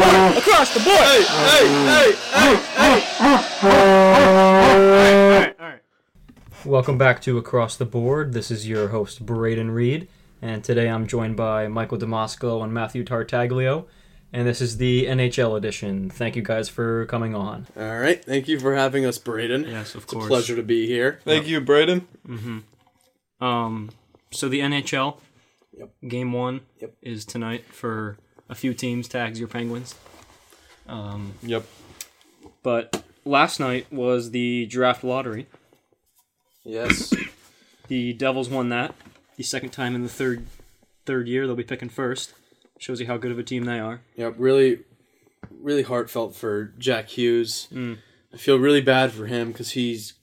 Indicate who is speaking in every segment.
Speaker 1: Josh, the boy. Hey, hey, hey, hey, hey.
Speaker 2: Welcome back to Across the Board. This is your host, Braden Reed, and today I'm joined by Michael Damasco and Matthew Tartaglio, and this is the NHL edition. Thank you guys for coming on.
Speaker 3: All right. Thank you for having us, Braden.
Speaker 4: Yes, of
Speaker 3: it's
Speaker 4: course.
Speaker 3: a pleasure to be here.
Speaker 1: Thank you, Braden.
Speaker 4: Um, so the NHL
Speaker 3: Yep.
Speaker 4: game one
Speaker 3: Yep.
Speaker 4: is tonight for a few teams. Tags your Penguins.
Speaker 1: Yep.
Speaker 4: But last night was the draft lottery.
Speaker 3: Yes.
Speaker 4: The Devils won that. The second time in the third third year they'll be picking first. Shows you how good of a team they are.
Speaker 3: yep. Really, really heartfelt for Jack Hughes.
Speaker 1: Hmm.
Speaker 3: I feel really bad for him because he's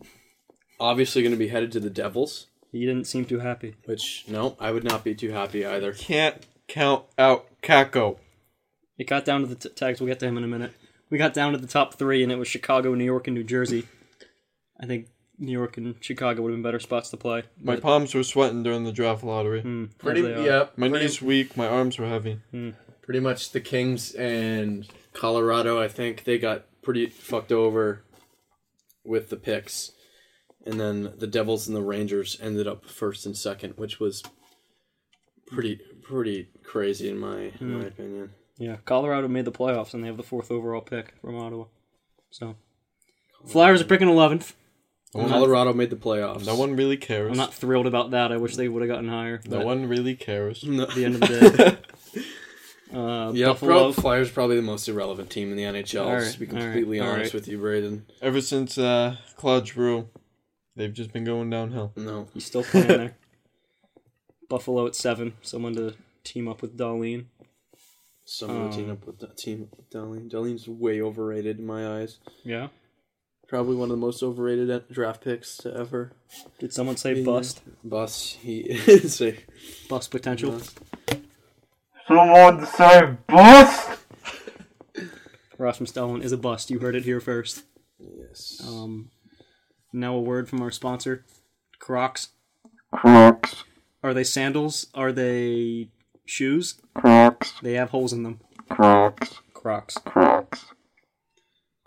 Speaker 3: obviously going to be headed to the Devils,
Speaker 4: He didn't seem too happy.
Speaker 3: which, no, I would not be too happy either.
Speaker 1: Can't count out Kako.
Speaker 4: It got down to the t- tags. We'll get to him in a minute. We got down to the top three, and it was Chicago, New York, and New Jersey. I think New York and Chicago would have been better spots to play.
Speaker 1: My palms were sweating during the draft lottery.
Speaker 4: Hmm.
Speaker 3: Pretty,
Speaker 4: they are.
Speaker 3: yeah.
Speaker 1: My
Speaker 3: pretty,
Speaker 1: knees weak. My arms were heavy.
Speaker 3: pretty much the Kings and Colorado, I think they got pretty fucked over with the picks. And then the Devils and the Rangers ended up first and second, which was pretty pretty crazy in my in my
Speaker 4: Hmm.
Speaker 3: opinion.
Speaker 4: Yeah, Colorado made the playoffs, and they have the fourth overall pick from Ottawa. So, Flyers are picking 11th.
Speaker 3: Colorado made the playoffs.
Speaker 1: No one really cares.
Speaker 4: I'm not thrilled about that. I wish they would have gotten higher.
Speaker 1: no one really cares.
Speaker 4: At the end of the day, uh,
Speaker 3: Yeah,
Speaker 4: Buffalo.
Speaker 3: prob- Flyers probably the most irrelevant team in the NHL.
Speaker 4: All
Speaker 3: just to
Speaker 4: right,
Speaker 3: be
Speaker 4: all right,
Speaker 3: completely
Speaker 4: all
Speaker 3: honest
Speaker 4: right.
Speaker 3: with you, Braden.
Speaker 1: Ever since uh, Claude Giroux, they've just been going downhill.
Speaker 3: No,
Speaker 4: He's still playing there. Buffalo at seven. Someone to team up with Darlene.
Speaker 3: someone
Speaker 4: Um,
Speaker 3: team up with that team. Darlene, Darlene's way overrated in my eyes.
Speaker 4: Yeah.
Speaker 3: Probably one of the most overrated draft picks to ever.
Speaker 4: Did someone say bust?
Speaker 3: Bus, he is a
Speaker 4: Bust potential.
Speaker 5: Someone say bust?
Speaker 4: Rasmus Dahlin is a bust. You heard it here first.
Speaker 3: yes.
Speaker 4: Um, now a word from our sponsor, Crocs.
Speaker 5: Crocs.
Speaker 4: Are they sandals? Are they shoes?
Speaker 5: Crocs.
Speaker 4: They have holes in them.
Speaker 5: Crocs.
Speaker 4: Crocs.
Speaker 5: Crocs.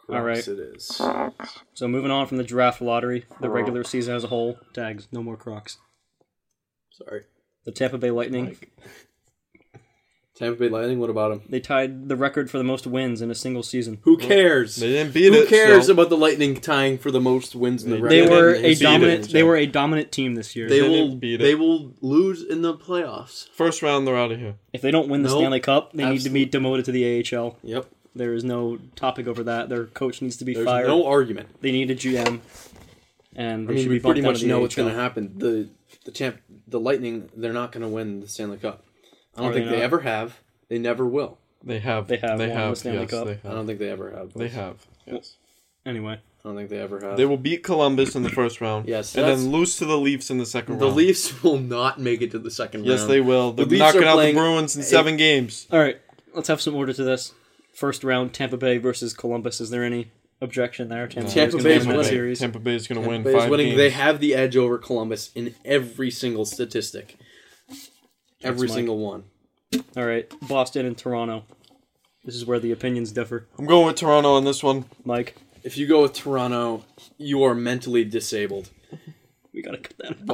Speaker 4: all right.
Speaker 3: it is.
Speaker 5: Crocs.
Speaker 4: So moving on from the draft lottery, the regular season as a whole, tags no more Crocs.
Speaker 3: Sorry.
Speaker 4: The Tampa Bay Lightning
Speaker 3: Tampa Bay Lightning. What about him?
Speaker 4: they tied the record for the most wins in a single season.
Speaker 3: Who cares?
Speaker 1: They didn't beat
Speaker 3: Who
Speaker 1: it.
Speaker 3: cares
Speaker 1: so-
Speaker 3: about the Lightning tying for the most wins in the
Speaker 4: They
Speaker 3: record?
Speaker 4: were
Speaker 3: in
Speaker 4: a
Speaker 3: the history of the
Speaker 4: dominant. They
Speaker 3: NHL?
Speaker 4: were a dominant team this year.
Speaker 3: They
Speaker 1: They
Speaker 3: will.
Speaker 1: didn't beat it.
Speaker 3: They will lose in the playoffs.
Speaker 1: First round, they're out of here.
Speaker 4: if they don't win the
Speaker 3: Nope.
Speaker 4: Stanley Cup, they need to be demoted to the AHL.
Speaker 3: Yep.
Speaker 4: There is no topic over that. Their coach needs to be
Speaker 3: There's
Speaker 4: fired.
Speaker 3: no argument.
Speaker 4: They need a GM, and they
Speaker 3: I mean,
Speaker 4: should
Speaker 3: we
Speaker 4: be bumped
Speaker 3: pretty
Speaker 4: down
Speaker 3: much
Speaker 4: to the
Speaker 3: know what's
Speaker 4: AHL.
Speaker 3: going to happen. The the champ, the Lightning, they're not going to win the Stanley Cup. I don't
Speaker 4: Are
Speaker 3: think
Speaker 4: they
Speaker 3: they
Speaker 4: not?
Speaker 3: ever have. They never will.
Speaker 1: They have.
Speaker 4: They have won the Stanley
Speaker 1: yes,
Speaker 4: Cup.
Speaker 1: They
Speaker 3: I
Speaker 1: have.
Speaker 3: don't think they ever have.
Speaker 1: They have. Yes.
Speaker 4: Anyway,
Speaker 3: I don't think they ever have.
Speaker 1: They will beat Columbus in the first round.
Speaker 3: Yes,
Speaker 1: And
Speaker 3: that's-
Speaker 1: then lose to the Leafs in the second
Speaker 3: the
Speaker 1: round.
Speaker 3: Leafs will not make it to the second round.
Speaker 1: Yes, they will. They're
Speaker 3: The Leafs
Speaker 1: knocking
Speaker 3: are
Speaker 1: out the
Speaker 3: playing-
Speaker 1: Bruins in seven games.
Speaker 4: all right. Let's have some order to this. First round: Tampa Bay versus Columbus. Is there any objection there? Tampa,
Speaker 3: Tampa
Speaker 4: Bay's gonna
Speaker 3: Bay's
Speaker 4: win that
Speaker 3: winning.
Speaker 4: series.
Speaker 1: Tampa Bay is going to win
Speaker 3: Tampa Bay is
Speaker 1: five
Speaker 3: winning.
Speaker 1: games.
Speaker 3: They have the edge over Columbus in every single statistic. Every
Speaker 4: Mike.
Speaker 3: single one.
Speaker 4: All right, Boston and Toronto. This is where the opinions differ.
Speaker 1: I'm going with Toronto on this one.
Speaker 4: Mike,
Speaker 3: If you go with Toronto, you are mentally disabled.
Speaker 4: we gotta cut that. out.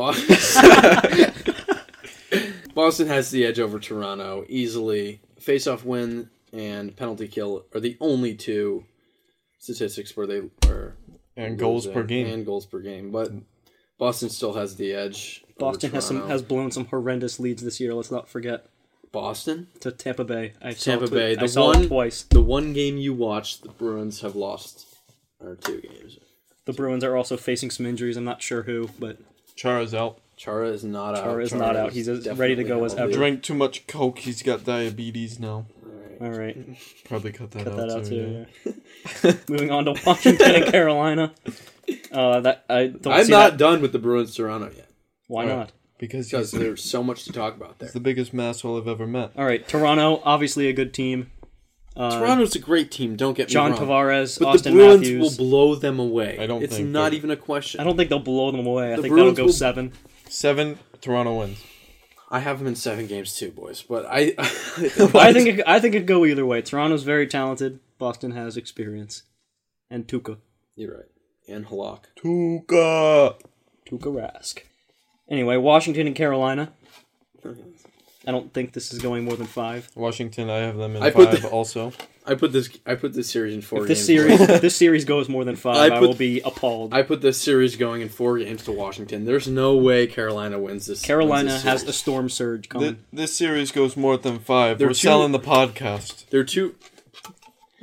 Speaker 3: Boston Boston has the edge over Toronto easily. Face-off win and penalty kill are the only two statistics where they are
Speaker 1: And goals per
Speaker 3: losing,
Speaker 1: game.
Speaker 3: uh, and goals per game. But Boston still has the edge. over
Speaker 4: Boston has some
Speaker 3: Toronto.
Speaker 4: has blown some horrendous leads this year. Let's not forget
Speaker 3: Boston.
Speaker 4: to Tampa Bay. I saw
Speaker 3: Tampa
Speaker 4: it twi-
Speaker 3: Bay,
Speaker 4: I
Speaker 3: the
Speaker 4: saw it
Speaker 3: one-
Speaker 4: twice.
Speaker 3: The one game you watched, the Bruins have lost or two games.
Speaker 4: The Bruins are also facing some injuries. I'm not sure who, but
Speaker 1: Char is out.
Speaker 3: Chara is not out.
Speaker 4: Chara is not out. He's as ready to
Speaker 3: definitely
Speaker 4: go as
Speaker 3: healthy.
Speaker 4: ever.
Speaker 1: Drank too much Coke. He's got diabetes now.
Speaker 4: all right.
Speaker 1: Probably cut that out.
Speaker 4: Cut that out
Speaker 1: too, yeah.
Speaker 4: too. yeah. Moving on to Washington and Carolina. Uh, that I don't
Speaker 3: I'm
Speaker 4: see
Speaker 3: not
Speaker 4: that.
Speaker 3: done with the Bruins Toronto yet
Speaker 4: Why not?
Speaker 1: Because he's
Speaker 3: because there's so much to talk about there.
Speaker 1: the biggest masshole I've ever met.
Speaker 4: All right, Toronto, obviously a good team. Uh,
Speaker 1: Uh,
Speaker 3: Toronto's a great team. Don't get
Speaker 4: John
Speaker 3: me wrong.
Speaker 4: Tavares,
Speaker 3: but
Speaker 4: Austin
Speaker 3: the Bruins
Speaker 4: Matthews.
Speaker 3: will blow them away.
Speaker 1: I don't
Speaker 3: It's
Speaker 1: think
Speaker 3: not
Speaker 1: that-
Speaker 3: even a question. I,
Speaker 4: I don't think they'll blow them away. I
Speaker 3: The
Speaker 4: think
Speaker 3: Bruins
Speaker 4: that'll go
Speaker 3: will-
Speaker 4: seven.
Speaker 1: Seven Toronto wins.
Speaker 3: have them in seven games too, boys. But I,
Speaker 4: I think it, I think it'd go either way. Toronto's very talented. Boston has experience. And Tuca.
Speaker 3: You're right. And Halak.
Speaker 1: Tuka.
Speaker 4: Tuca Rask. Anyway, Washington and Carolina. I don't think this is going more than five.
Speaker 1: Washington, I have them in
Speaker 3: I put
Speaker 1: five
Speaker 3: the-
Speaker 1: also.
Speaker 3: I put this. I put this series in four.
Speaker 4: If
Speaker 3: games.
Speaker 4: this series if this series goes more than five,
Speaker 3: I
Speaker 4: I,
Speaker 3: put-
Speaker 4: will be appalled.
Speaker 3: I put this series going in four games to Washington. There's no way Carolina wins this. wins
Speaker 4: Carolina
Speaker 3: this
Speaker 4: has a
Speaker 3: series.
Speaker 4: storm surge coming.
Speaker 1: Th- this series goes more than 5
Speaker 3: They're
Speaker 1: We're
Speaker 3: two-
Speaker 1: selling the podcast.
Speaker 3: They're too.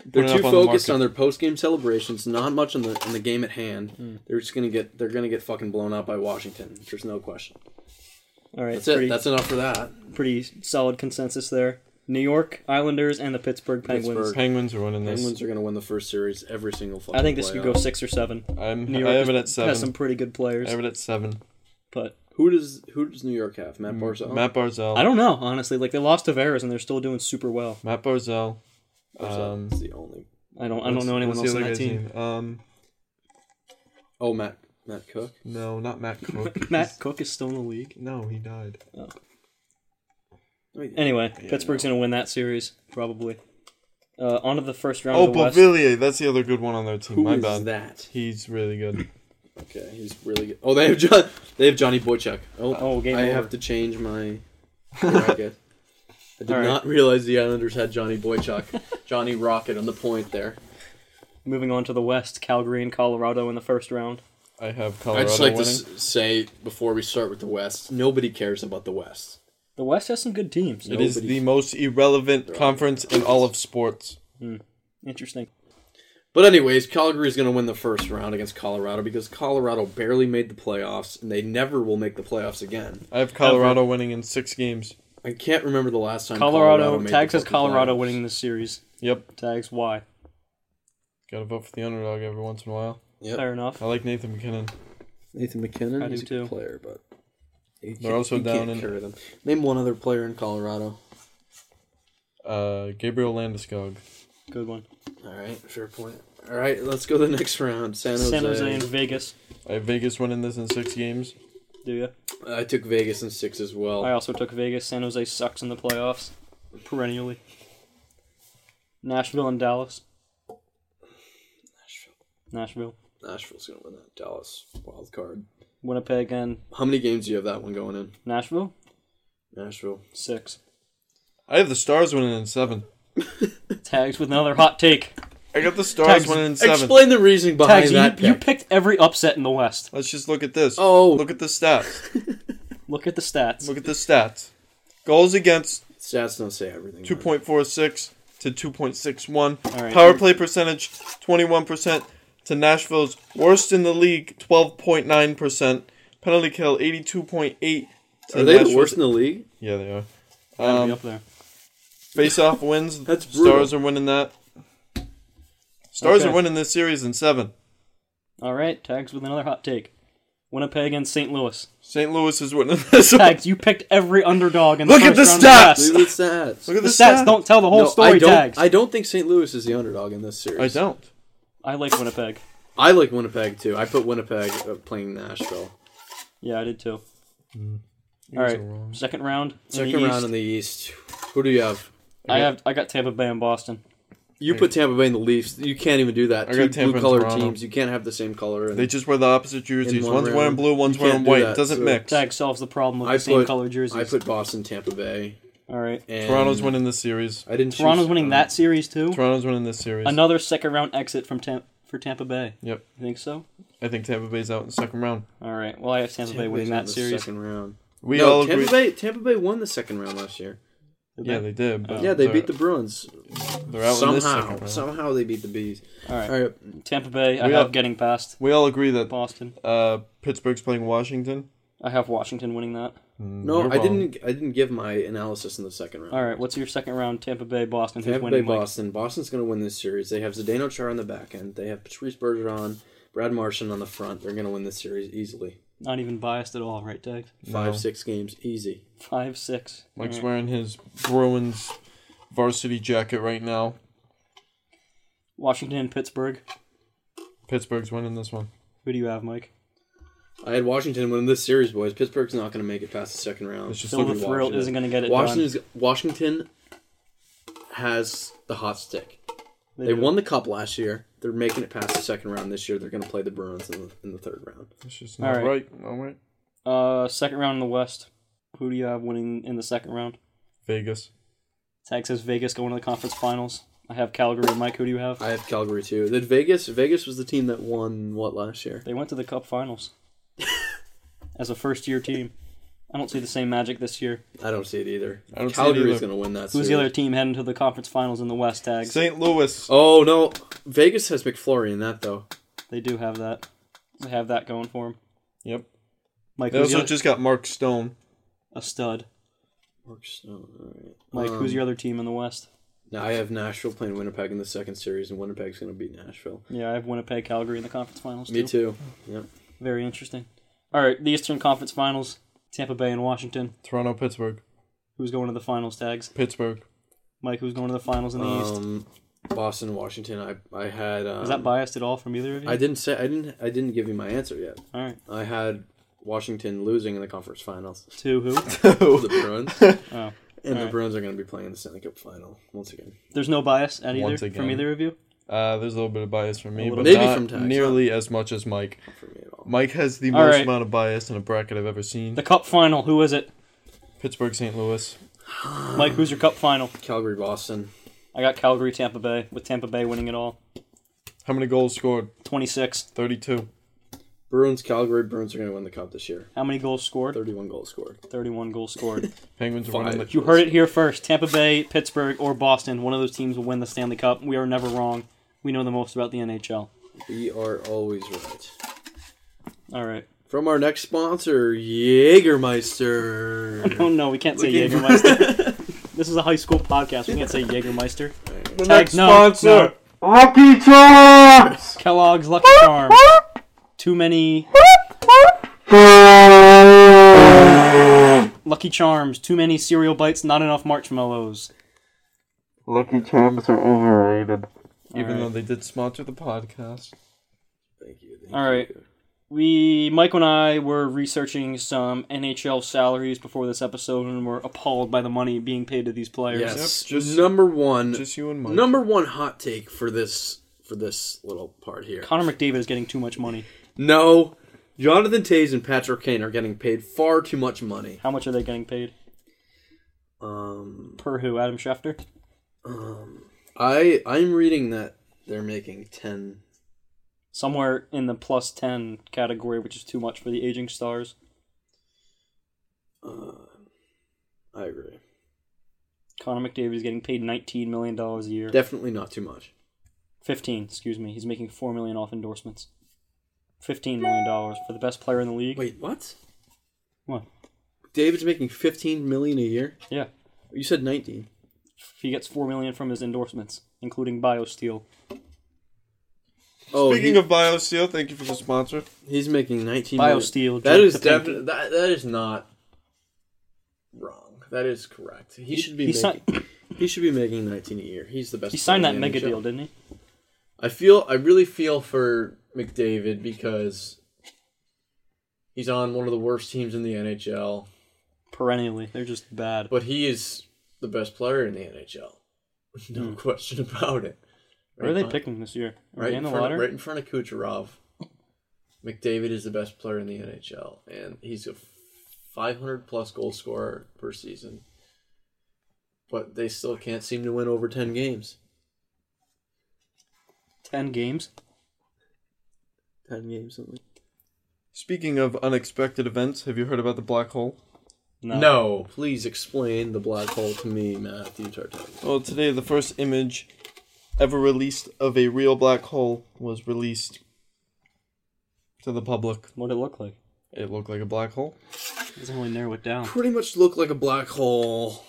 Speaker 1: Put
Speaker 3: They're
Speaker 1: it
Speaker 3: too
Speaker 1: up on the
Speaker 3: focused
Speaker 1: market.
Speaker 3: on their post game celebrations, not much on the on the game at hand.
Speaker 4: Hmm.
Speaker 3: They're just gonna get they're gonna get fucking blown out by Washington. There's no question.
Speaker 4: All right,
Speaker 3: That's
Speaker 4: pretty,
Speaker 3: it. That's enough for that.
Speaker 4: pretty solid consensus there. New York Islanders and the Pittsburgh Penguins.
Speaker 3: Pittsburgh.
Speaker 1: Penguins are winning this.
Speaker 3: Penguins are gonna win the first series every single. Fucking
Speaker 4: I think this could go
Speaker 3: playoff.
Speaker 4: six or seven.
Speaker 1: I'm,
Speaker 4: New
Speaker 1: I
Speaker 4: York
Speaker 1: have it
Speaker 4: is-
Speaker 1: at seven.
Speaker 4: has some pretty good players,
Speaker 1: I have it at seven.
Speaker 4: but
Speaker 3: Who does who does New York have?
Speaker 4: Mm,
Speaker 3: Matt Barzal.
Speaker 1: Matt Barzell.
Speaker 4: I don't know honestly. Like they lost Tavares and they're still doing super well.
Speaker 1: Matt Barzell.
Speaker 3: Barzal
Speaker 1: um,
Speaker 3: is the only.
Speaker 4: I don't. I don't
Speaker 1: What's-
Speaker 4: know anyone
Speaker 1: what's
Speaker 4: else
Speaker 1: the
Speaker 4: on
Speaker 1: other
Speaker 4: that
Speaker 1: guy's
Speaker 4: team.
Speaker 1: name? Um,
Speaker 3: Oh, Matt Matt Cook.
Speaker 1: no, not Matt Cook.
Speaker 4: Matt Cook is still in the league.
Speaker 1: No, he died.
Speaker 3: No, he-
Speaker 4: Anyway, Pittsburgh's going to win that series probably. Uh, on to the first round
Speaker 1: Oh,
Speaker 4: of the West.
Speaker 1: Bovillier. That's the other good one on their team.
Speaker 3: Who
Speaker 1: My
Speaker 3: is
Speaker 1: bad.
Speaker 3: that?
Speaker 1: He's really good.
Speaker 3: Okay, he's really good. Oh, they have John. They have Johnny Boychuk. Oh,
Speaker 4: Oh, game
Speaker 3: I
Speaker 4: over.
Speaker 3: have to change my. bracket. I did
Speaker 4: All right.
Speaker 3: not realize the Islanders had Johnny Boychuk, Johnny Rocket on the point there.
Speaker 4: Moving on to the West, Calgary and Colorado in the first round.
Speaker 1: I have
Speaker 3: I'd
Speaker 1: Colorado
Speaker 3: just like
Speaker 1: Oh, winning.
Speaker 3: to s- say before we start with the West, nobody cares about the West.
Speaker 4: The West has some good teams.
Speaker 1: It is the most irrelevant conference in all of sports.
Speaker 4: Interesting.
Speaker 3: But anyways, Calgary's going to win the first round against Colorado because Colorado barely made the playoffs and they never will make the playoffs again.
Speaker 1: I have Colorado winning in six games.
Speaker 3: I can't remember the last time
Speaker 4: Colorado.
Speaker 3: made
Speaker 4: Tag
Speaker 3: the
Speaker 4: says
Speaker 3: fucking
Speaker 4: Colorado
Speaker 3: playoffs.
Speaker 4: winning this series.
Speaker 1: Yep.
Speaker 4: Tags why?
Speaker 1: Gotta vote for the underdog every once in a while.
Speaker 3: Yep.
Speaker 4: Fair enough.
Speaker 1: I like Nathan McKinnon.
Speaker 3: Nathan McKinnon.
Speaker 4: I do
Speaker 3: he's a
Speaker 4: too.
Speaker 3: good player, but he
Speaker 1: They're
Speaker 3: can't-
Speaker 1: also
Speaker 3: he
Speaker 1: down
Speaker 3: can't
Speaker 1: in-
Speaker 3: carry them. Name one other player in Colorado.
Speaker 1: Uh, Gabriel Landeskog.
Speaker 4: Good one.
Speaker 3: All right, fair point. All right, let's go to the next round. San Jose.
Speaker 4: San Jose and Vegas.
Speaker 1: I have Vegas winning this in six games.
Speaker 4: Do you?
Speaker 3: I took Vegas in six as well.
Speaker 4: I also took Vegas. San Jose sucks in the playoffs perennially. Nashville and Dallas.
Speaker 3: Nashville.
Speaker 4: Nashville,
Speaker 3: Nashville's gonna win that. Dallas wild card.
Speaker 4: Winnipeg, and
Speaker 3: How many games do you have that one going in?
Speaker 4: Nashville.
Speaker 3: Nashville.
Speaker 4: Six.
Speaker 1: I have the Stars winning in seven.
Speaker 4: Tags with another hot take.
Speaker 1: I got the Stars
Speaker 4: Tags,
Speaker 1: winning in seven.
Speaker 3: Explain the reasoning behind
Speaker 4: Tags, you,
Speaker 3: that.
Speaker 4: you
Speaker 3: pick.
Speaker 4: picked every upset in the West.
Speaker 1: Let's just look at this.
Speaker 3: Oh.
Speaker 1: Look at the stats.
Speaker 4: Look at the stats.
Speaker 1: Look at the stats. Goals against
Speaker 3: Stats don't say everything.
Speaker 1: two
Speaker 3: man.
Speaker 1: point four six to two point six one.
Speaker 4: right.
Speaker 1: Power play percentage twenty one percent to Nashville's worst in the league twelve point nine percent. Penalty kill eighty two point eight.
Speaker 3: Are they the worst in the league?
Speaker 1: Yeah, they are.
Speaker 4: Gotta be
Speaker 1: Um,
Speaker 4: up there.
Speaker 1: face off wins.
Speaker 3: That's
Speaker 1: Stars are winning that. Stars
Speaker 4: Okay.
Speaker 1: are winning this series in seven.
Speaker 4: All right, Tags with another hot take. Winnipeg and St. Louis.
Speaker 1: St. Louis is winning this. one.
Speaker 4: Tags, you picked every underdog in the
Speaker 1: Look at
Speaker 4: first
Speaker 1: the
Speaker 4: round
Speaker 1: stats!
Speaker 4: Of
Speaker 3: Leave
Speaker 4: the West.
Speaker 3: with stats.
Speaker 1: Look at
Speaker 4: The
Speaker 1: the
Speaker 4: stats don't tell the whole
Speaker 3: No,
Speaker 4: story,
Speaker 3: I don't,
Speaker 4: Tags.
Speaker 3: I don't think St. Louis is the underdog in this series.
Speaker 1: I don't.
Speaker 4: I like Winnipeg.
Speaker 3: I like Winnipeg too. I put Winnipeg uh, playing Nashville.
Speaker 4: Yeah, I did too. All right, second round.
Speaker 3: Second round in the East. Who do you have?
Speaker 4: I have. I got Tampa Bay and Boston.
Speaker 3: You put Tampa Bay in the Leafs. You can't even do that.
Speaker 1: I
Speaker 3: Two
Speaker 1: got Tampa
Speaker 3: blue
Speaker 1: and
Speaker 3: color
Speaker 1: Toronto.
Speaker 3: teams. You can't have the same color. And
Speaker 1: They just wear the opposite jerseys.
Speaker 3: one
Speaker 1: One's
Speaker 3: round.
Speaker 1: wearing blue, one's
Speaker 3: You
Speaker 1: wearing
Speaker 3: can't do
Speaker 1: white.
Speaker 3: that,
Speaker 1: Doesn't
Speaker 3: so-
Speaker 1: mix.
Speaker 4: Tag solves the problem of the
Speaker 3: I
Speaker 4: same
Speaker 3: put-
Speaker 4: color jerseys.
Speaker 3: I put Boston, Tampa Bay.
Speaker 4: All right.
Speaker 3: And
Speaker 1: Toronto's winning this series.
Speaker 3: I didn't.
Speaker 4: Toronto's
Speaker 3: choose-
Speaker 4: winning that series too.
Speaker 1: Toronto's winning this series.
Speaker 4: Another second round exit from Tam- for Tampa Bay.
Speaker 1: Yep.
Speaker 4: You think so?
Speaker 1: I think Tampa Bay's out in the second round.
Speaker 4: All right. Well, I have Tampa,
Speaker 3: uh, Tampa
Speaker 4: Bay
Speaker 3: Bay's
Speaker 4: winning
Speaker 3: in
Speaker 4: that
Speaker 3: the
Speaker 4: series.
Speaker 3: Second round.
Speaker 1: We
Speaker 3: no,
Speaker 1: all agree.
Speaker 3: Tampa Bay. Tampa Bay won the second round last year.
Speaker 1: yeah, they did. but
Speaker 3: yeah, they
Speaker 1: they're-
Speaker 3: beat the Bruins
Speaker 1: They're Oh, out in this second
Speaker 3: somehow.
Speaker 1: round.
Speaker 3: Somehow they beat the Bees.
Speaker 4: All right.
Speaker 3: All right.
Speaker 4: Tampa Bay. I
Speaker 1: We
Speaker 4: have
Speaker 1: have-
Speaker 4: getting past
Speaker 1: We all agree that
Speaker 4: Boston.
Speaker 1: uh, Pittsburgh's playing Washington.
Speaker 4: I have Washington winning that.
Speaker 3: No,
Speaker 1: You're
Speaker 3: I
Speaker 1: wrong.
Speaker 3: didn't. I didn't give my analysis in the second round.
Speaker 4: All right. What's your second round? Tampa Bay, Boston. Who's
Speaker 3: Tampa Bay,
Speaker 4: winning? Mike?
Speaker 3: Boston. Boston's going to win this series. They have Zdeno Char on the back end. They have Patrice Bergeron, Brad Marchand on the front. They're going to win this series easily.
Speaker 4: Not even biased at all, right, Tags?
Speaker 3: Five,
Speaker 1: No.
Speaker 3: six games, easy.
Speaker 4: Five six.
Speaker 1: Mike's
Speaker 4: All right.
Speaker 1: wearing his Bruins varsity jacket right now.
Speaker 4: Washington and Pittsburgh.
Speaker 1: Pittsburgh's winning this one.
Speaker 4: Who do you have, Mike?
Speaker 3: I had Washington win this series, boys. Pittsburgh's not going to make it past the second round.
Speaker 1: Let's just
Speaker 4: Still
Speaker 1: look
Speaker 4: the
Speaker 1: at
Speaker 4: thrill
Speaker 1: Washington.
Speaker 4: isn't going to get it done.
Speaker 3: Washington's, Washington has the hot stick.
Speaker 4: They,
Speaker 3: They
Speaker 4: do.
Speaker 3: won the cup last year. They're making it past the second round this year. They're going to play the Bruins in the, in the third round.
Speaker 1: That's just
Speaker 4: All
Speaker 1: not
Speaker 4: right.
Speaker 1: right. All right.
Speaker 4: Uh, second round in the West. Who do you have winning in the second round?
Speaker 1: Vegas.
Speaker 4: Tag says Vegas going to the conference finals. I have Calgary. Mike, who do you have?
Speaker 3: I have Calgary too. Then Vegas. Vegas was the team that won what last year?
Speaker 4: They went to the Cup finals as a first year team. I don't see the same magic this year.
Speaker 3: I don't see it either.
Speaker 1: I don't see it
Speaker 3: Calgary's
Speaker 1: either.
Speaker 3: going to win that.
Speaker 4: Who's
Speaker 3: series.
Speaker 4: the other team heading to the conference finals in the West? Tags.
Speaker 1: St. Louis.
Speaker 3: Oh no, Vegas has McFlurry in that though.
Speaker 4: They do have that. They have that going for them.
Speaker 1: Yep.
Speaker 4: Mike,
Speaker 1: They
Speaker 4: who's the
Speaker 1: also
Speaker 4: other,
Speaker 1: just got Mark Stone.
Speaker 4: a stud.
Speaker 3: Mark Stone. All right.
Speaker 4: Mike, who's
Speaker 1: Um,
Speaker 4: your other team in the West?
Speaker 3: Now I have Nashville playing Winnipeg in the second series, and Winnipeg's going to beat Nashville.
Speaker 4: Yeah, I have Winnipeg, Calgary in the conference finals.
Speaker 3: Me too.
Speaker 4: Very interesting. All right, the Eastern Conference Finals: Tampa Bay and Washington.
Speaker 1: Toronto, Pittsburgh.
Speaker 4: Who's going to the finals? Tags.
Speaker 1: Pittsburgh.
Speaker 4: Mike, who's going to the finals in the East?
Speaker 3: Um, Boston, Washington. I I had. Um,
Speaker 4: Is that biased at all from either of you?
Speaker 3: I didn't say. I didn't. I didn't give you my answer yet.
Speaker 4: all right,
Speaker 3: I had Washington losing in the conference finals.
Speaker 4: two who?
Speaker 3: The Bruins.
Speaker 4: Oh.
Speaker 3: And the
Speaker 4: Alright.
Speaker 3: Bruins are going to be playing the Stanley Cup final once again.
Speaker 4: There's no bias at either
Speaker 1: Once
Speaker 4: from
Speaker 1: again.
Speaker 4: either of you.
Speaker 1: Uh, there's a little bit of bias from me, but
Speaker 3: Maybe
Speaker 1: not
Speaker 3: from Tags,
Speaker 1: nearly as much as Mike.
Speaker 3: Not for me at all.
Speaker 1: Mike has the
Speaker 4: All
Speaker 1: most
Speaker 4: right.
Speaker 1: amount of bias in a bracket I've ever seen.
Speaker 4: The Cup final. Who is it?
Speaker 1: Pittsburgh, St. Louis.
Speaker 4: Mike, who's your Cup final?
Speaker 3: Calgary, Boston.
Speaker 4: I got Calgary, Tampa Bay, with Tampa Bay winning it all,
Speaker 1: How many goals scored?
Speaker 4: 26.
Speaker 1: 32.
Speaker 3: Bruins, Calgary. Bruins are going to win the cup this year.
Speaker 4: How many goals scored?
Speaker 3: 31 goals scored.
Speaker 4: 31 goals scored.
Speaker 1: Penguins are
Speaker 3: Five.
Speaker 1: winning the
Speaker 4: You heard it here first. Tampa Bay, Pittsburgh, or Boston. One of those teams will win the Stanley Cup. We are never wrong. We know the most about the NHL.
Speaker 3: We are always right.
Speaker 4: All right.
Speaker 3: From our next sponsor, Jägermeister.
Speaker 4: Oh no, we can't say
Speaker 3: Looking-
Speaker 4: Jägermeister. this is a high school podcast. We can't say Jägermeister.
Speaker 1: The
Speaker 4: Tag,
Speaker 1: next
Speaker 4: no,
Speaker 1: sponsor.
Speaker 4: no.
Speaker 5: Lucky Charms!
Speaker 4: Kellogg's Lucky Charm. Too many Lucky Charms. Too many cereal bites. Not enough marshmallows.
Speaker 5: Lucky Charms are overrated.
Speaker 1: Even
Speaker 4: All
Speaker 1: though
Speaker 4: right.
Speaker 1: they did sponsor the podcast.
Speaker 3: Thank you. thank
Speaker 4: All
Speaker 3: you.
Speaker 4: right. We, Michael and I, were researching some NHL salaries before this episode, and were appalled by the money being paid to these players.
Speaker 3: Yes.
Speaker 1: Yep, just-
Speaker 3: number one.
Speaker 1: Just you and Mike.
Speaker 3: number one hot take for this for this little part here.
Speaker 4: Connor McDavid is getting too much money.
Speaker 3: No, Jonathan Tays and Patrick Kane are getting paid far too much money.
Speaker 4: How much are they getting paid
Speaker 3: Um,
Speaker 4: per who? Adam Schefter.
Speaker 3: I I'm reading that they're making ten.
Speaker 4: Somewhere in the plus ten category, which is too much for the aging stars.
Speaker 3: Uh, I agree.
Speaker 4: Connor McDavid is getting paid nineteen million dollars a year.
Speaker 3: Definitely not too much.
Speaker 4: Fifteen, excuse me. He's making four million off endorsements. Fifteen million dollars for the best player in the league.
Speaker 3: Wait, what?
Speaker 4: What?
Speaker 3: David's making fifteen million a year.
Speaker 4: Yeah.
Speaker 3: You said nineteen.
Speaker 4: He gets four million from his endorsements, including BioSteel.
Speaker 3: Oh,
Speaker 1: Speaking
Speaker 3: he-
Speaker 1: of BioSteel, thank you for the sponsor.
Speaker 3: he's making nineteen. million.
Speaker 4: BioSteel,
Speaker 3: That
Speaker 4: Jake
Speaker 3: is
Speaker 4: Kopinski.
Speaker 3: definitely that, that is not wrong. That is correct. He, should be
Speaker 4: he
Speaker 3: making, he should be making nineteen a year. He's the best.
Speaker 4: He signed
Speaker 3: player
Speaker 4: that
Speaker 3: in the
Speaker 4: mega
Speaker 3: NHL.
Speaker 4: deal, didn't he?
Speaker 3: I feel I really feel for McDavid because he's on one of the worst teams in the NHL,
Speaker 4: Perennially, they're just bad.
Speaker 3: but he is the best player in the NHL. No question about it.
Speaker 4: Where Hmm. are they
Speaker 3: in-
Speaker 4: picking this year? Are
Speaker 3: Right
Speaker 4: they
Speaker 3: in,
Speaker 4: in the
Speaker 3: front of,
Speaker 4: lottery?
Speaker 3: right in front of Kucherov. McDavid is the best player in the NHL, and he's a 500 plus goal scorer per season. But they still can't seem to win over 10 games.
Speaker 4: Ten games.
Speaker 3: 10 games. something.
Speaker 1: Speaking of unexpected events, have you heard about the black hole?
Speaker 4: No.
Speaker 3: No. please explain the black hole to me, Matthew Tartaglia.
Speaker 1: Well, today the first image ever released of a real black hole was released to the public.
Speaker 4: What'd it look like?
Speaker 1: It looked like a black hole.
Speaker 4: It doesn't really narrow it down.
Speaker 3: pretty much look like a black hole.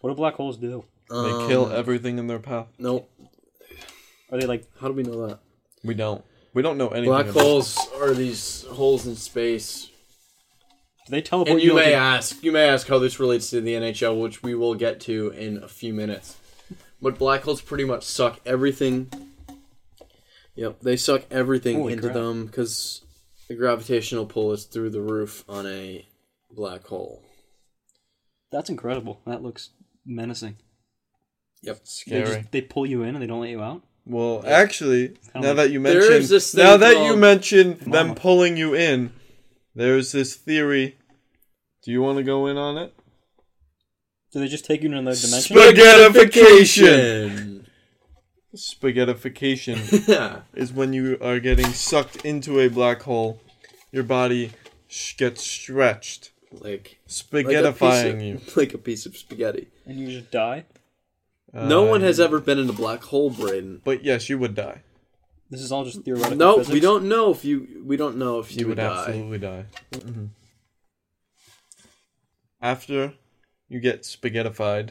Speaker 4: What do black holes do?
Speaker 1: They
Speaker 3: Um,
Speaker 1: kill everything in their path.
Speaker 3: No,
Speaker 4: Are they like
Speaker 3: how do we know that?
Speaker 1: We don't. We don't know anything.
Speaker 3: Black
Speaker 1: about it.
Speaker 3: holes are these holes in space.
Speaker 4: do they teleport
Speaker 3: And you
Speaker 4: like,
Speaker 3: may ask, you may ask how this relates to the NHL, which we will get to in a few minutes. But black holes pretty much suck everything. Yep, they suck everything
Speaker 4: Holy
Speaker 3: into
Speaker 4: crap.
Speaker 3: them because the gravitational pull is through the roof on a black hole.
Speaker 4: That's incredible. That looks menacing.
Speaker 3: Yep.
Speaker 4: They,
Speaker 1: Scary.
Speaker 4: just, they pull you in and they don't let you out.
Speaker 1: Well, actually, now
Speaker 4: me.
Speaker 1: that you
Speaker 3: There
Speaker 1: mention
Speaker 3: is this thing
Speaker 1: now that you
Speaker 3: called-
Speaker 1: mention them pulling you in, there's this theory. Do you want to go in on it?
Speaker 4: Do they just take you to another dimension?
Speaker 1: Spaghettification. Spaghettification
Speaker 3: Yeah.
Speaker 1: is when you are getting sucked into a black hole. Your body sh- gets stretched,
Speaker 3: Like like a piece
Speaker 1: spaghettifying
Speaker 3: of-
Speaker 1: you.
Speaker 3: Like a piece of spaghetti.
Speaker 4: and you just die?
Speaker 3: no
Speaker 1: Uh,
Speaker 3: one has e- ever been in a black hole, Braden.
Speaker 1: But yes, you would die.
Speaker 4: This is all just theoretical.
Speaker 3: No,
Speaker 4: physics.
Speaker 3: we don't know if you. We don't know if you,
Speaker 1: You would
Speaker 3: would die.
Speaker 1: absolutely die. After you get spaghettified,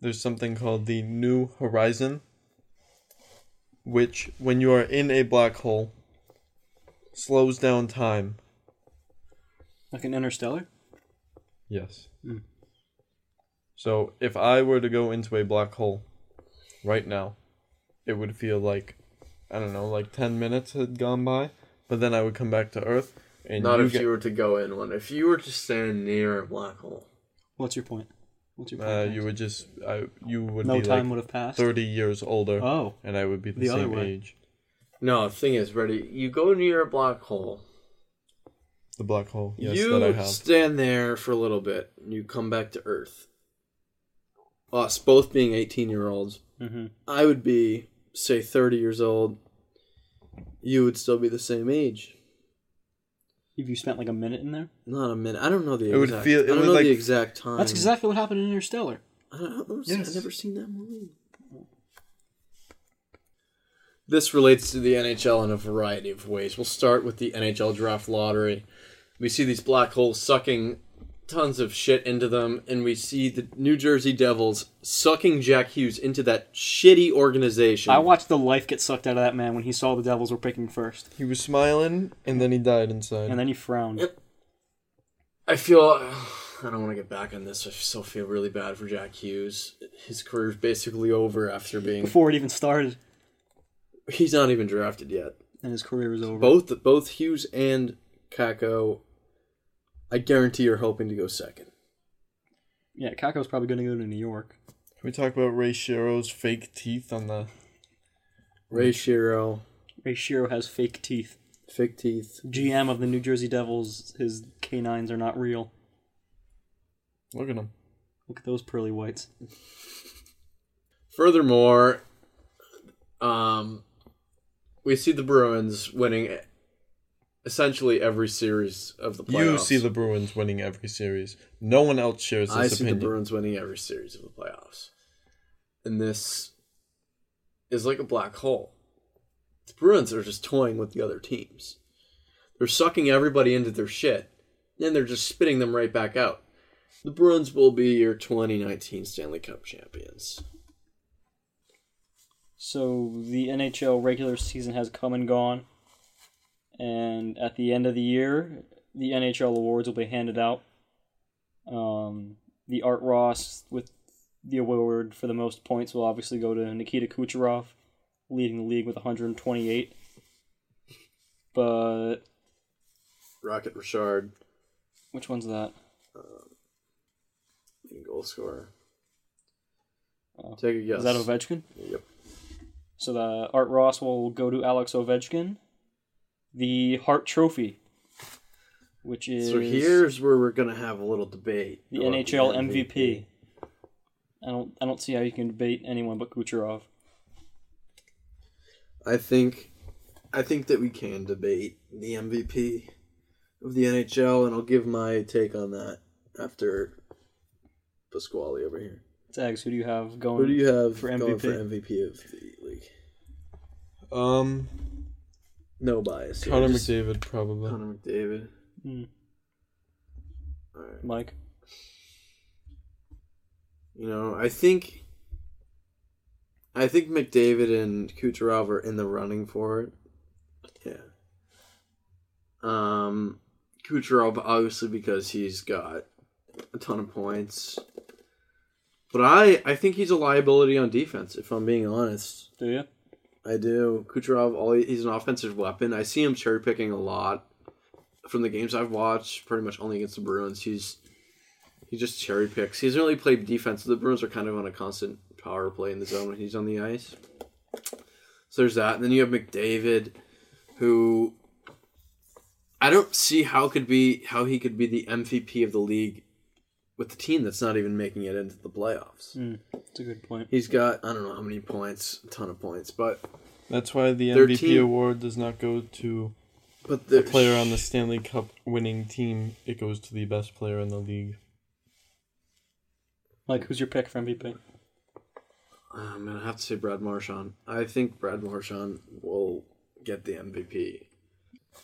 Speaker 1: there's something called the New Horizon, which, when you are in a black hole, slows down time.
Speaker 4: Like an interstellar?
Speaker 1: Yes.
Speaker 3: Hmm.
Speaker 1: So, if I were to go into a black hole right now, it would feel like, I don't know, like 10 minutes had gone by, but then I would come back to Earth. And
Speaker 3: Not
Speaker 1: you
Speaker 3: if
Speaker 1: get-
Speaker 3: you were to go in one. If you were to stand near a black hole.
Speaker 4: What's your point? What's your point?
Speaker 1: Uh,
Speaker 4: Max?
Speaker 1: you would just, I, you would
Speaker 4: no
Speaker 1: be
Speaker 4: time
Speaker 1: like
Speaker 4: would have passed.
Speaker 1: thirty years older,
Speaker 4: Oh,
Speaker 1: and I would be the,
Speaker 4: the other
Speaker 1: same
Speaker 4: way.
Speaker 1: age.
Speaker 3: No, the thing is, ready. You go near a black hole.
Speaker 1: The black hole. Yes, that I
Speaker 3: you
Speaker 1: have.
Speaker 3: stand there for a little bit. And you come back to Earth. Us both being eighteen-year-olds.
Speaker 4: mm-hmm.
Speaker 3: I would be say thirty years old. You would still be the same age.
Speaker 4: if you spent like a minute in there,
Speaker 3: Not a minute. I don't know the
Speaker 1: It would
Speaker 3: exact.
Speaker 1: feel- it
Speaker 3: I don't
Speaker 1: would,
Speaker 3: know
Speaker 1: like-
Speaker 3: the exact time.
Speaker 1: Um,
Speaker 4: that's exactly what happened in Interstellar.
Speaker 3: I don't know.
Speaker 1: Yes.
Speaker 3: I've never seen that movie. This relates to the NHL in a variety of ways. We'll start with the NHL draft lottery. We see these black holes sucking tons of shit into them, and we see the New Jersey Devils sucking Jack Hughes into that shitty organization.
Speaker 4: I watched the life get sucked out of that man when he saw the Devils were picking first,
Speaker 1: He was smiling, and then he died inside.
Speaker 4: and then he frowned.
Speaker 3: I feel uh, I don't want to get back on this. I still feel really bad for Jack Hughes. His career's basically over after being
Speaker 4: Before it even started,
Speaker 3: he's not even drafted yet.
Speaker 4: and his career was over.
Speaker 3: Both both Hughes and Kako, I guarantee you're hoping to go second.
Speaker 4: Yeah, Kako's probably going to go to New York.
Speaker 1: Can we talk about Ray Shiro's fake teeth on the.
Speaker 3: Ray Shiro,
Speaker 4: Ray Shiro has fake teeth.
Speaker 3: fake teeth.
Speaker 4: GM of the New Jersey Devils, his canines are not real.
Speaker 1: Look at him.
Speaker 4: Look at those pearly whites.
Speaker 3: Furthermore, um, we see the Bruins winning essentially every series of the playoffs.
Speaker 1: You see the Bruins winning every series. No one else shares this
Speaker 3: I see
Speaker 1: opinion.
Speaker 3: the Bruins winning every series of the playoffs, and this is like a black hole. The Bruins are just toying with the other teams. They're sucking everybody into their shit, and they're just spitting them right back out. The Bruins will be your 2019 Stanley Cup champions.
Speaker 4: So the NHL regular season has come and gone, and at the end of the year, the NHL awards will be handed out. Um, the Art Ross with the award for the most points will obviously go to Nikita Kucherov, leading the league with 128. But
Speaker 3: Rocket Richard,
Speaker 4: which one's that?
Speaker 3: leading goal scorer.
Speaker 4: Oh.
Speaker 3: Take a guess.
Speaker 4: Is that Ovechkin?
Speaker 3: Yep.
Speaker 4: So the Art Ross will go to Alex Ovechkin. The Hart Trophy, which is
Speaker 3: So here's where we're gonna have a little debate.
Speaker 4: the
Speaker 3: about
Speaker 4: NHL MVP. I don't I don't see how you can debate anyone but Kucherov.
Speaker 3: I think, I think that we can debate the MVP of the NHL, and I'll give my take on that after Pasquale over here.
Speaker 4: Tags, who do you have going?
Speaker 3: Who do you have
Speaker 4: For
Speaker 3: going for
Speaker 4: MVP?
Speaker 3: MVP of the league?
Speaker 1: Um,
Speaker 3: No bias. here,
Speaker 1: Connor
Speaker 3: just
Speaker 1: McDavid, probably.
Speaker 3: Connor McDavid.
Speaker 4: Hmm,
Speaker 3: All right.
Speaker 4: Mike?
Speaker 3: You know, I think, I think McDavid and Kucherov are in the running for it. Yeah. Um, Kucherov obviously because he's got a ton of points, but I I think he's a liability on defense. If I'm being honest,
Speaker 4: Do you?
Speaker 3: I do. Kucherov, all he's an offensive weapon. I see him cherry picking a lot from the games I've watched. Pretty much only against the Bruins, he's he just cherry picks. He's really played defense. The Bruins are kind of on a constant power play in the zone when he's on the ice. So there's that. And then you have McDavid, who I don't see how could be how he could be the MVP of the league with the team that's not even making it into the playoffs.
Speaker 4: That's a good point.
Speaker 3: He's got I don't know how many points, a ton of points, but
Speaker 1: That's why the
Speaker 3: Their
Speaker 1: MVP
Speaker 3: team-
Speaker 1: award does not go to
Speaker 3: but
Speaker 1: the
Speaker 3: the
Speaker 1: player on the Stanley Cup winning team. It goes to the best player in the league.
Speaker 4: Like, who's your pick for MVP?
Speaker 3: um, I'm gonna have to say Brad Marchand. I think Brad Marchand will get the MVP.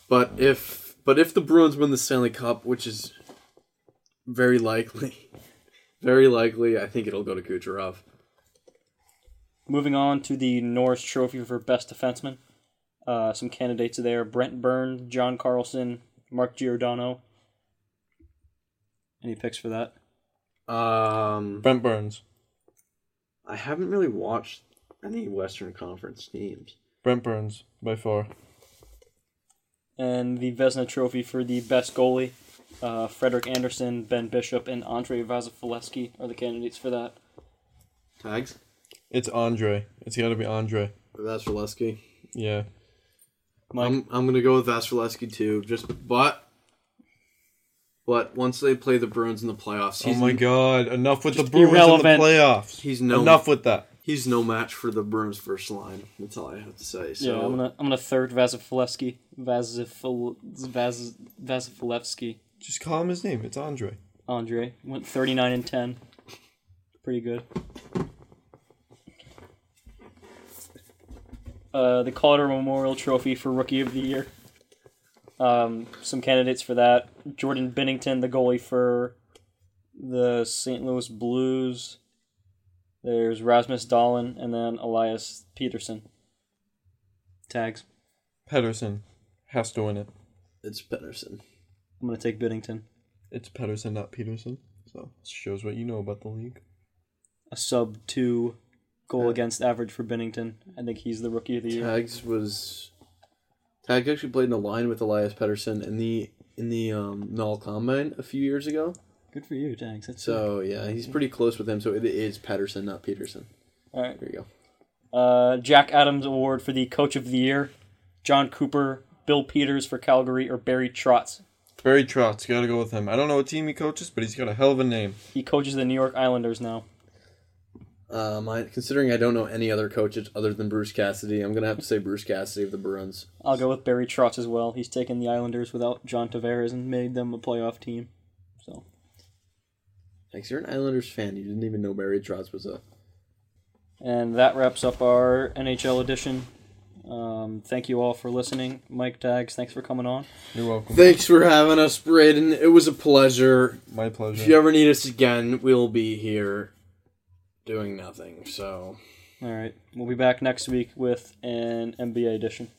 Speaker 3: But if but if the Bruins win the Stanley Cup, which is very likely, very likely, I think it'll go to Kucherov.
Speaker 4: Moving on to the Norris Trophy for best defenseman. Uh, some candidates there: Brent Burns, John Carlson, Mark Giordano. Any picks for that?
Speaker 3: Um,
Speaker 1: Brent Burns.
Speaker 3: I haven't really watched any Western Conference teams.
Speaker 1: Brent Burns by far.
Speaker 4: And the Vesna Trophy for the best goalie. Uh, Frederick Anderson, Ben Bishop, and Andre Vasilevsky are the candidates for that.
Speaker 3: Tags.
Speaker 1: It's Andre. It's got to be Andre.
Speaker 3: Vasilevsky.
Speaker 1: Yeah.
Speaker 4: Mike?
Speaker 3: I'm I'm gonna go with Vasilevsky too. Just but. But once they play the Bruins in the playoffs,
Speaker 1: Oh
Speaker 3: he's
Speaker 1: my God! Enough with the
Speaker 4: Just
Speaker 1: Bruins
Speaker 4: irrelevant.
Speaker 1: in the playoffs.
Speaker 3: He's known-
Speaker 1: Enough with that.
Speaker 3: he's no match for the Bruins first line. That's all I have to say. So
Speaker 4: Yeah, I'm gonna I'm gonna third Vasilevsky, Vasifil Vas Vasilevsky.
Speaker 1: Just call him his name. It's Andre.
Speaker 4: Andre went 39 and 10. Pretty good. Uh, the Calder Memorial Trophy for Rookie of the Year. Um, some candidates for that: Jordan Bennington, the goalie for the St. Louis Blues. There's Rasmus Dahlin, and then Elias Peterson. Tags.
Speaker 1: Pedersen has to win it.
Speaker 3: it's Pedersen.
Speaker 4: I'm gonna take Bennington.
Speaker 1: It's Pedersen, not Peterson. So shows what you know about the league.
Speaker 4: A sub two goal against average for Bennington. I think he's the Rookie of the Year.
Speaker 3: Tags was Tags actually played in the line with Elias Pedersen in the in the um, Null Combine a few years ago.
Speaker 4: Good for you, Tanks. That's
Speaker 3: So yeah, he's pretty close with him. So it is Pedersen, not Peterson.
Speaker 4: all right.
Speaker 3: There you go.
Speaker 4: Uh, Jack Adams Award for the Coach of the Year, John Cooper, Bill Peters for Calgary, or Barry Trotz.
Speaker 1: Barry Trotz. Got to go with him. I don't know what team he coaches, but he's got a hell of a name.
Speaker 4: He coaches the New York Islanders now.
Speaker 3: Uh, my, considering I don't know any other coaches other than Bruce Cassidy, I'm gonna have to say Bruce Cassidy of the Bruins.
Speaker 4: I'll go with Barry Trotz as well. He's taken the Islanders without John Tavares and made them a playoff team. So
Speaker 3: Thanks, you're an Islanders fan. You didn't even know Barry Trotz was a.
Speaker 4: And that wraps up our NHL edition. Um, thank you all for listening. Mike Tags, thanks for coming on.
Speaker 1: You're welcome.
Speaker 3: Thanks for having us, Braden. It was a pleasure.
Speaker 1: My pleasure.
Speaker 3: If you ever need us again, we'll be here doing nothing. So.
Speaker 4: All right. We'll be back next week with an NBA edition.